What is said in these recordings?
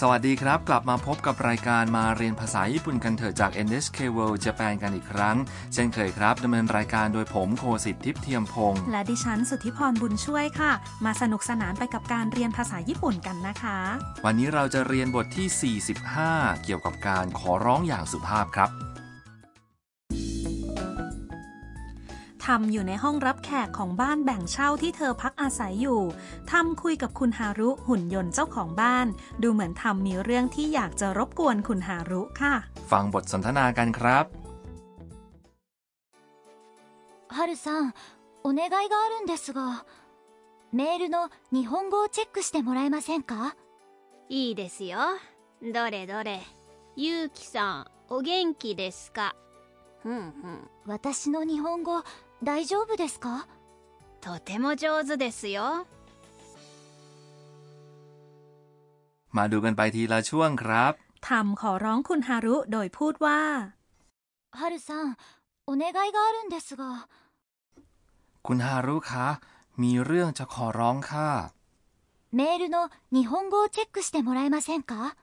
สวัสดีครับ กลับมาพบกับรายการมาเรียนภาษาญี่ปุ่นกันเถอะจาก NHK World Japan กันอีกครั้ง เช่นเคยครับดำเนินรายการโดยผมโคสิทธิ์ทิพย์เทียมพงศ์ และดิฉันสุทธิพรบุญช่วยค่ะ มาสนุกสนานไปกับการเรียนภาษาญี่ปุ่นกันนะคะ วันนี้เราจะเรียนบทที่ 45 เกี่ยวกับการขอร้องอย่างสุภาพครับ ทำอยู่ในห้องรับแขกของบ้านแบ่งเช่าที่เธอพักอาศัยอยู่ ทำคุยกับคุณฮารุหุ่นยนต์เจ้าของบ้าน ดูเหมือนทำมีเรื่องที่อยากจะรบกวนคุณฮารุค่ะ ฟังบทสนทนากันครับ はるさんお願いがあるんですがメールの日本語をチェックしてもらえませんかいいですよどれどれゆうきさんお元気ですかふんふん私の日本語大丈夫ですかとても上手ですよ มาดูกันไปทีละช่วงครับ ทำขอร้องคุณฮารุโดยพูดว่า はるさんお願いがあるんですが คุณฮารุคะ มีเรื่องจะขอร้องค่ะ メールの日本語をチェックしてもらえませんか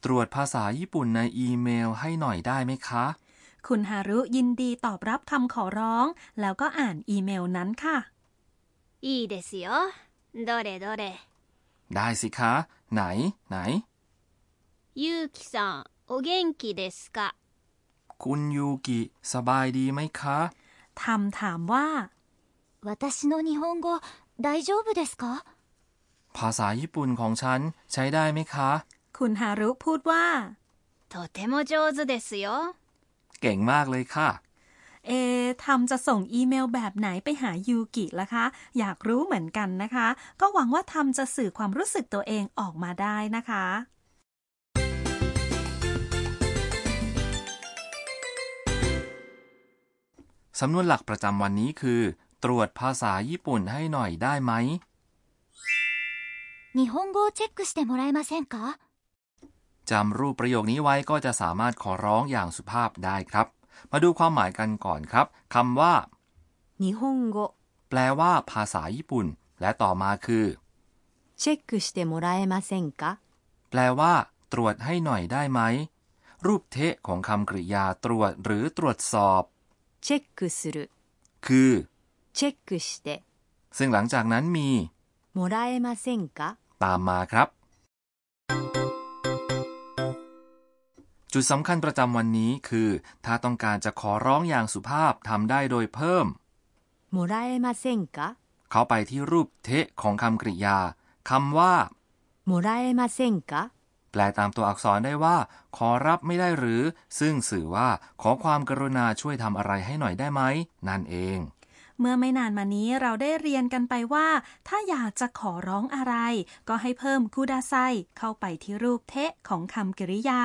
ตรวจภาษาญี่ปุ่นในอีเมลให้หน่อยได้ไหมคะ คุณฮารุยินดีตอบรับคำขอร้อง แล้วก็อ่านอีเมลนั้นค่ะ いいですよどれどれ ได้สิคะ ไหน ไหน ゆうきさんお元気ですか คุณยูกิสบายดีไหมคะ ทำถามว่า 私の日本語大丈夫ですか ภาษาญี่ปุ่นของฉันใช้ได้ไหมคะ คุณฮารุพูดว่า とても上手ですよ เก่งมากเลยค่ะ เอทำจะส่งอีเมลแบบไหนไปหายูกิล่ะคะ อยากรู้เหมือนกันนะคะ ก็หวังว่าทำจะสื่อความรู้สึกตัวเองออกมาได้นะคะ สำนวนหลักประจำวันนี้คือ ตรวจภาษาญี่ปุ่นให้หน่อยได้ไหม 日本語をチェックしてもらえませんか จำรูปประโยคนี้ไว้ก็จะสามารถขอร้องอย่างสุภาพได้ครับ มาดูความหมายกันก่อนครับคำว่า 日本語 แปลว่าภาษาญี่ปุ่น และต่อมาคือ チェックしてもらえませんか แปลว่า ตรวจให้หน่อยได้ไหม รูปเทะของคำกริยาตรวจหรือตรวจสอบ チェックする คือ チェックして ซึ่งหลังจากนั้นมี もらえませんか ตามมาครับ จุดสำคัญประจำวันนี้คือ ถ้าต้องการจะขอร้องอย่างสุภาพทำได้โดยเพิ่ม もらえませんか เข้าไปที่รูปเทะของคำกริยาคำว่า もらえませんか แปลตามตัวอักษรได้ว่า ขอรับไม่ได้หรือ ซึ่งสื่อว่าขอความกรุณาช่วยทำอะไรให้หน่อยได้ไหม นั่นเอง เมื่อไม่นานมานี้เราได้เรียนกันไปว่า ถ้าอยากจะขอร้องอะไร ก็ให้เพิ่มคูดาไซเข้าไปที่รูปเทะของคำกริยา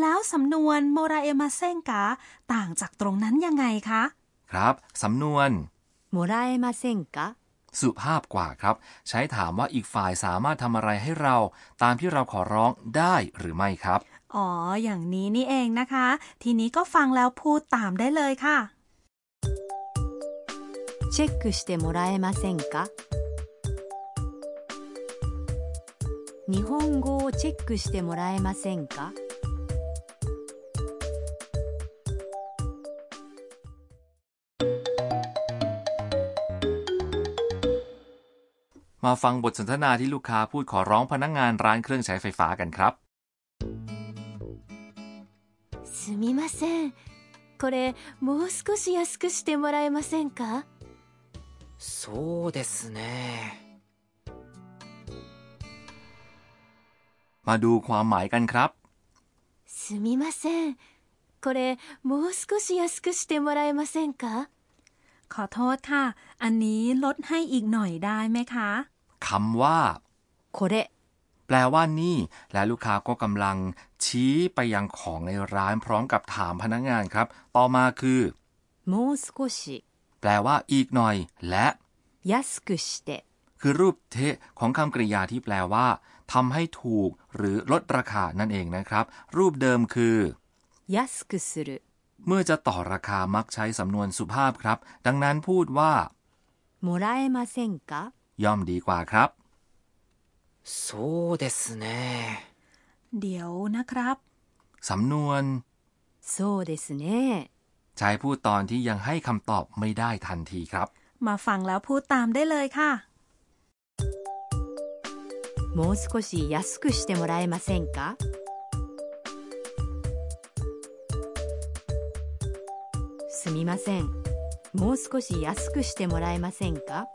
แล้วสำนวนโมราเอมาเซงกะต่างจากตรงนั้นยังไงคะ ครับสำนวน もらえませんか สุภาพกว่าครับ ใช้ถามว่าอีกฝ่ายสามารถทำอะไรให้เรา ตามที่เราขอร้องได้หรือไม่ครับ อ๋อ อย่างนี้นี่เองนะคะ ทีนี้ก็ฟังแล้วพูดตามได้เลยค่ะ チェックしてもらえませんか日本語をチェックしてもらえませんか มาฟังบทสนทนาที่ลูกค้าพูดขอร้องพนักงานร้านเครื่องใช้ไฟฟ้ากันครับ すみませんこれもう少し安くしてもらえませんかそうですね มาดูความหมายกันครับ すみませんこれもう少し安くしてもらえませんか ขอโทษค่ะ อันนี้ลดให้อีกหน่อยได้ไหมคะ คำว่า これ แปลว่านี่ และลูกค้าก็กำลัง ชี้ไปยังของในร้านพร้อมกับถามพนักงานครับ ต่อมาคือ もう少し แปลว่าอีกหน่อย และ 安くして คือรูปเทะของคำกริยาที่แปลว่าทำให้ถูก หรือลดราคานั่นเองนะครับ รูปเดิมคือ 安くする เมื่อจะต่อราคามักใช้สำนวนสุภาพครับ ดังนั้นพูดว่า もらえませんか ย่อมดีกว่าครับ そうですね เดี๋ยวนะครับ สำนวน そうですね。 ใช้พูดตอนที่ยังให้คำตอบไม่ได้ทันทีครับ มาฟังแล้วพูดตามได้เลยค่ะ もう少し安くしてもらえませんかすみません。もう少し安くしてもらえませんか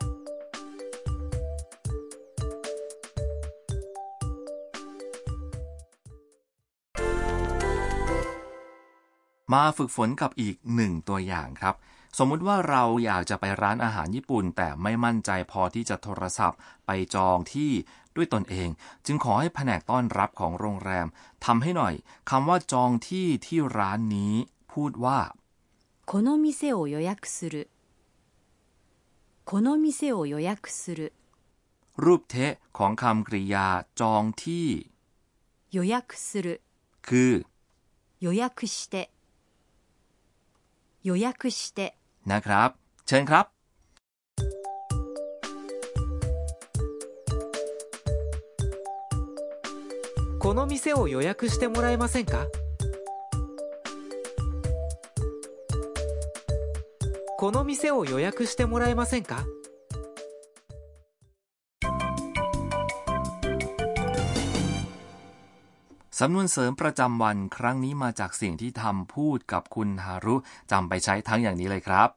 มาฝึกฝนกับอีกหนึ่งตัวอย่างครับ สมมุติว่าเราอยากจะไปร้านอาหารญี่ปุ่น แต่ไม่มั่นใจพอที่จะโทรศัพท์ ไปจองที่ด้วยตนเอง จึงขอให้แผนกต้อนรับของโรงแรมทำให้หน่อยคำว่าจองที่ที่ร้านนี้ พูดว่า この店を予約する。この店を予約する。 รูปเทะของคำกริยาจองที่ 予約する。 คือ 予約して。予約して。 นะครับ เชิญครับ この店を予約してもらえませんかこの店を予約してもらえませんか สำนวนเสริมประจำวันครั้งนี้มาจากสิ่งที่ทำพูดกับคุณฮารุจำไปใช้ทั้งอย่างนี้เลยครับ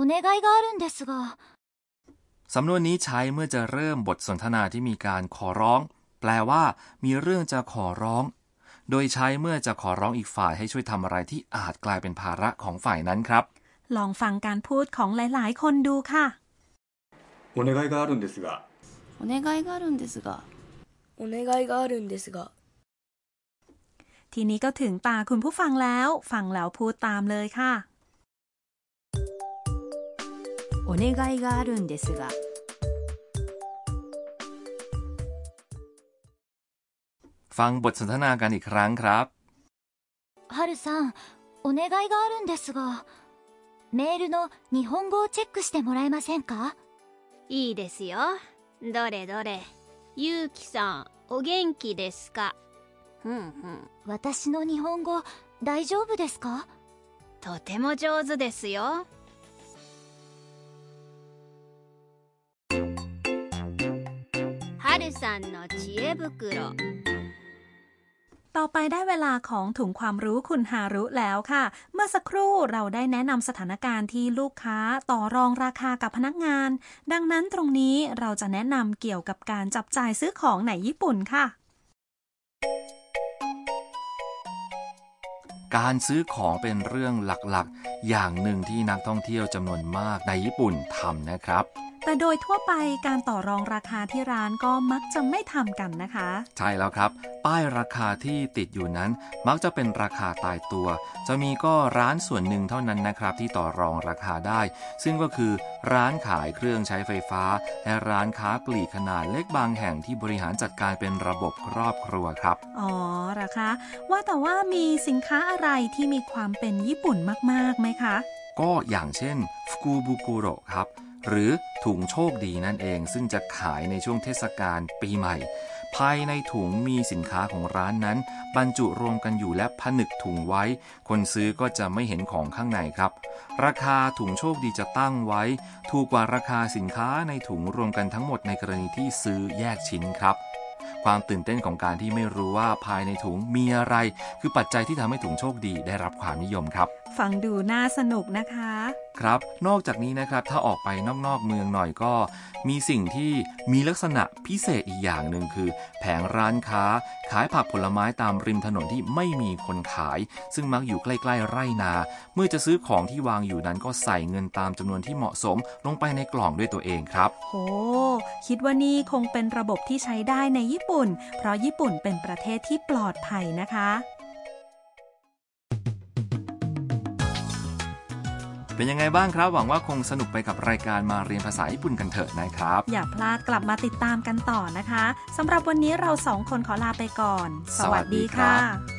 お願いがあるんですが สำนวนนี้ใช้เมื่อจะเริ่มบทสนทนาที่มีการขอร้อง แปลว่า มีเรื่องจะขอร้อง โดยใช้เมื่อจะขอร้องอีกฝ่ายให้ช่วยทำอะไรที่อาจกลายเป็นภาระของฝ่ายนั้นครับ ลองฟังการพูดของหลายๆ คนดูค่ะ お願いがあるんですがお願いがあるんですがお願いがあるんですが ทีนี้ก็ถึงตาคุณผู้ฟังแล้ว ฟังแล้วพูดตามเลยค่ะ お願いがあるんですが。 ฟังบทสนทนากันอีกครั้งครับ ハルさんお願いがあるんですがメールの日本語をチェックしてもらえませんかいいですよどれどれゆうきさんお元気ですかふんふん私の日本語大丈夫ですかとても上手ですよはるさんの知恵袋 ต่อไปได้เวลาของถุงความรู้คุณฮารุแล้วค่ะ เมื่อสักครู่เราได้แนะนำสถานการณ์ที่ลูกค้าต่อรองราคากับพนักงาน ดังนั้นตรงนี้เราจะแนะนำเกี่ยวกับการจับจ่ายซื้อของในญี่ปุ่นค่ะ การซื้อของเป็นเรื่องหลักๆ อย่างหนึ่งที่นักท่องเที่ยวจำนวนมากในญี่ปุ่นทำนะครับ แต่โดยทั่วไปการต่อรองราคาที่ร้านก็มักจะไม่ทำกันนะคะ ใช่แล้วครับ ป้ายราคาที่ติดอยู่นั้น มักจะเป็นราคาตายตัว จะมีก็ร้านส่วนหนึ่งเท่านั้นนะครับ ที่ต่อรองราคาได้ ซึ่งก็คือร้านขายเครื่องใช้ไฟฟ้า และร้านค้าปลีกขนาดเล็กบางแห่งที่บริหารจัดการเป็นระบบครอบครัวครับ อ๋อเหราคะ ว่าแต่ว่ามีสินค้าอะไรที่มีความเป็นญี่ปุ่นมากๆไหมคะ ก็อย่างเช่นฟุกุบุกุโรครับ หรือถุงโชคดีนั่นเอง ซึ่งจะขายในช่วงเทศกาลปีใหม่ ภายในถุงมีสินค้าของร้านนั้น บรรจุรวมกันอยู่และผนึกถุงไว้ คนซื้อก็จะไม่เห็นของข้างในครับ ราคาถุงโชคดีจะตั้งไว้ ถูกกว่าราคาสินค้าในถุงรวมกันทั้งหมดในกรณีที่ซื้อแยกชิ้นครับ ความตื่นเต้นของการที่ไม่รู้ว่าภายในถุงมีอะไร คือปัจจัยที่ทำให้ถุงโชคดีได้รับความนิยมครับ ฟังดูน่าสนุกนะคะ ครับนอกจากนี้นะครับถ้าออกไปนอกๆเมืองหน่อยก็ มีสิ่งที่มีลักษณะพิเศษอีกอย่างหนึ่งคือ แผงร้านค้า ขายผักผลไม้ตามริมถนนที่ไม่มีคนขาย ซึ่งมักอยู่ใกล้ๆไร่นา เมื่อจะซื้อของที่วางอยู่นั้นก็ใส่เงินตามจำนวนที่เหมาะสมลงไปในกล่องด้วยตัวเองครับ โห คิดว่านี่คงเป็นระบบที่ใช้ได้ในญี่ปุ่น เพราะญี่ปุ่นเป็นประเทศที่ปลอดภัยนะคะ เป็นยังไงบ้างครับ หวังว่าคงสนุกไปกับรายการมาเรียนภาษาญี่ปุ่นกันเถอะนะครับ อย่าพลาดกลับมาติดตามกันต่อนะคะสำหรับวันนี้เราสองคนขอลาไปก่อน สวัสดีครับ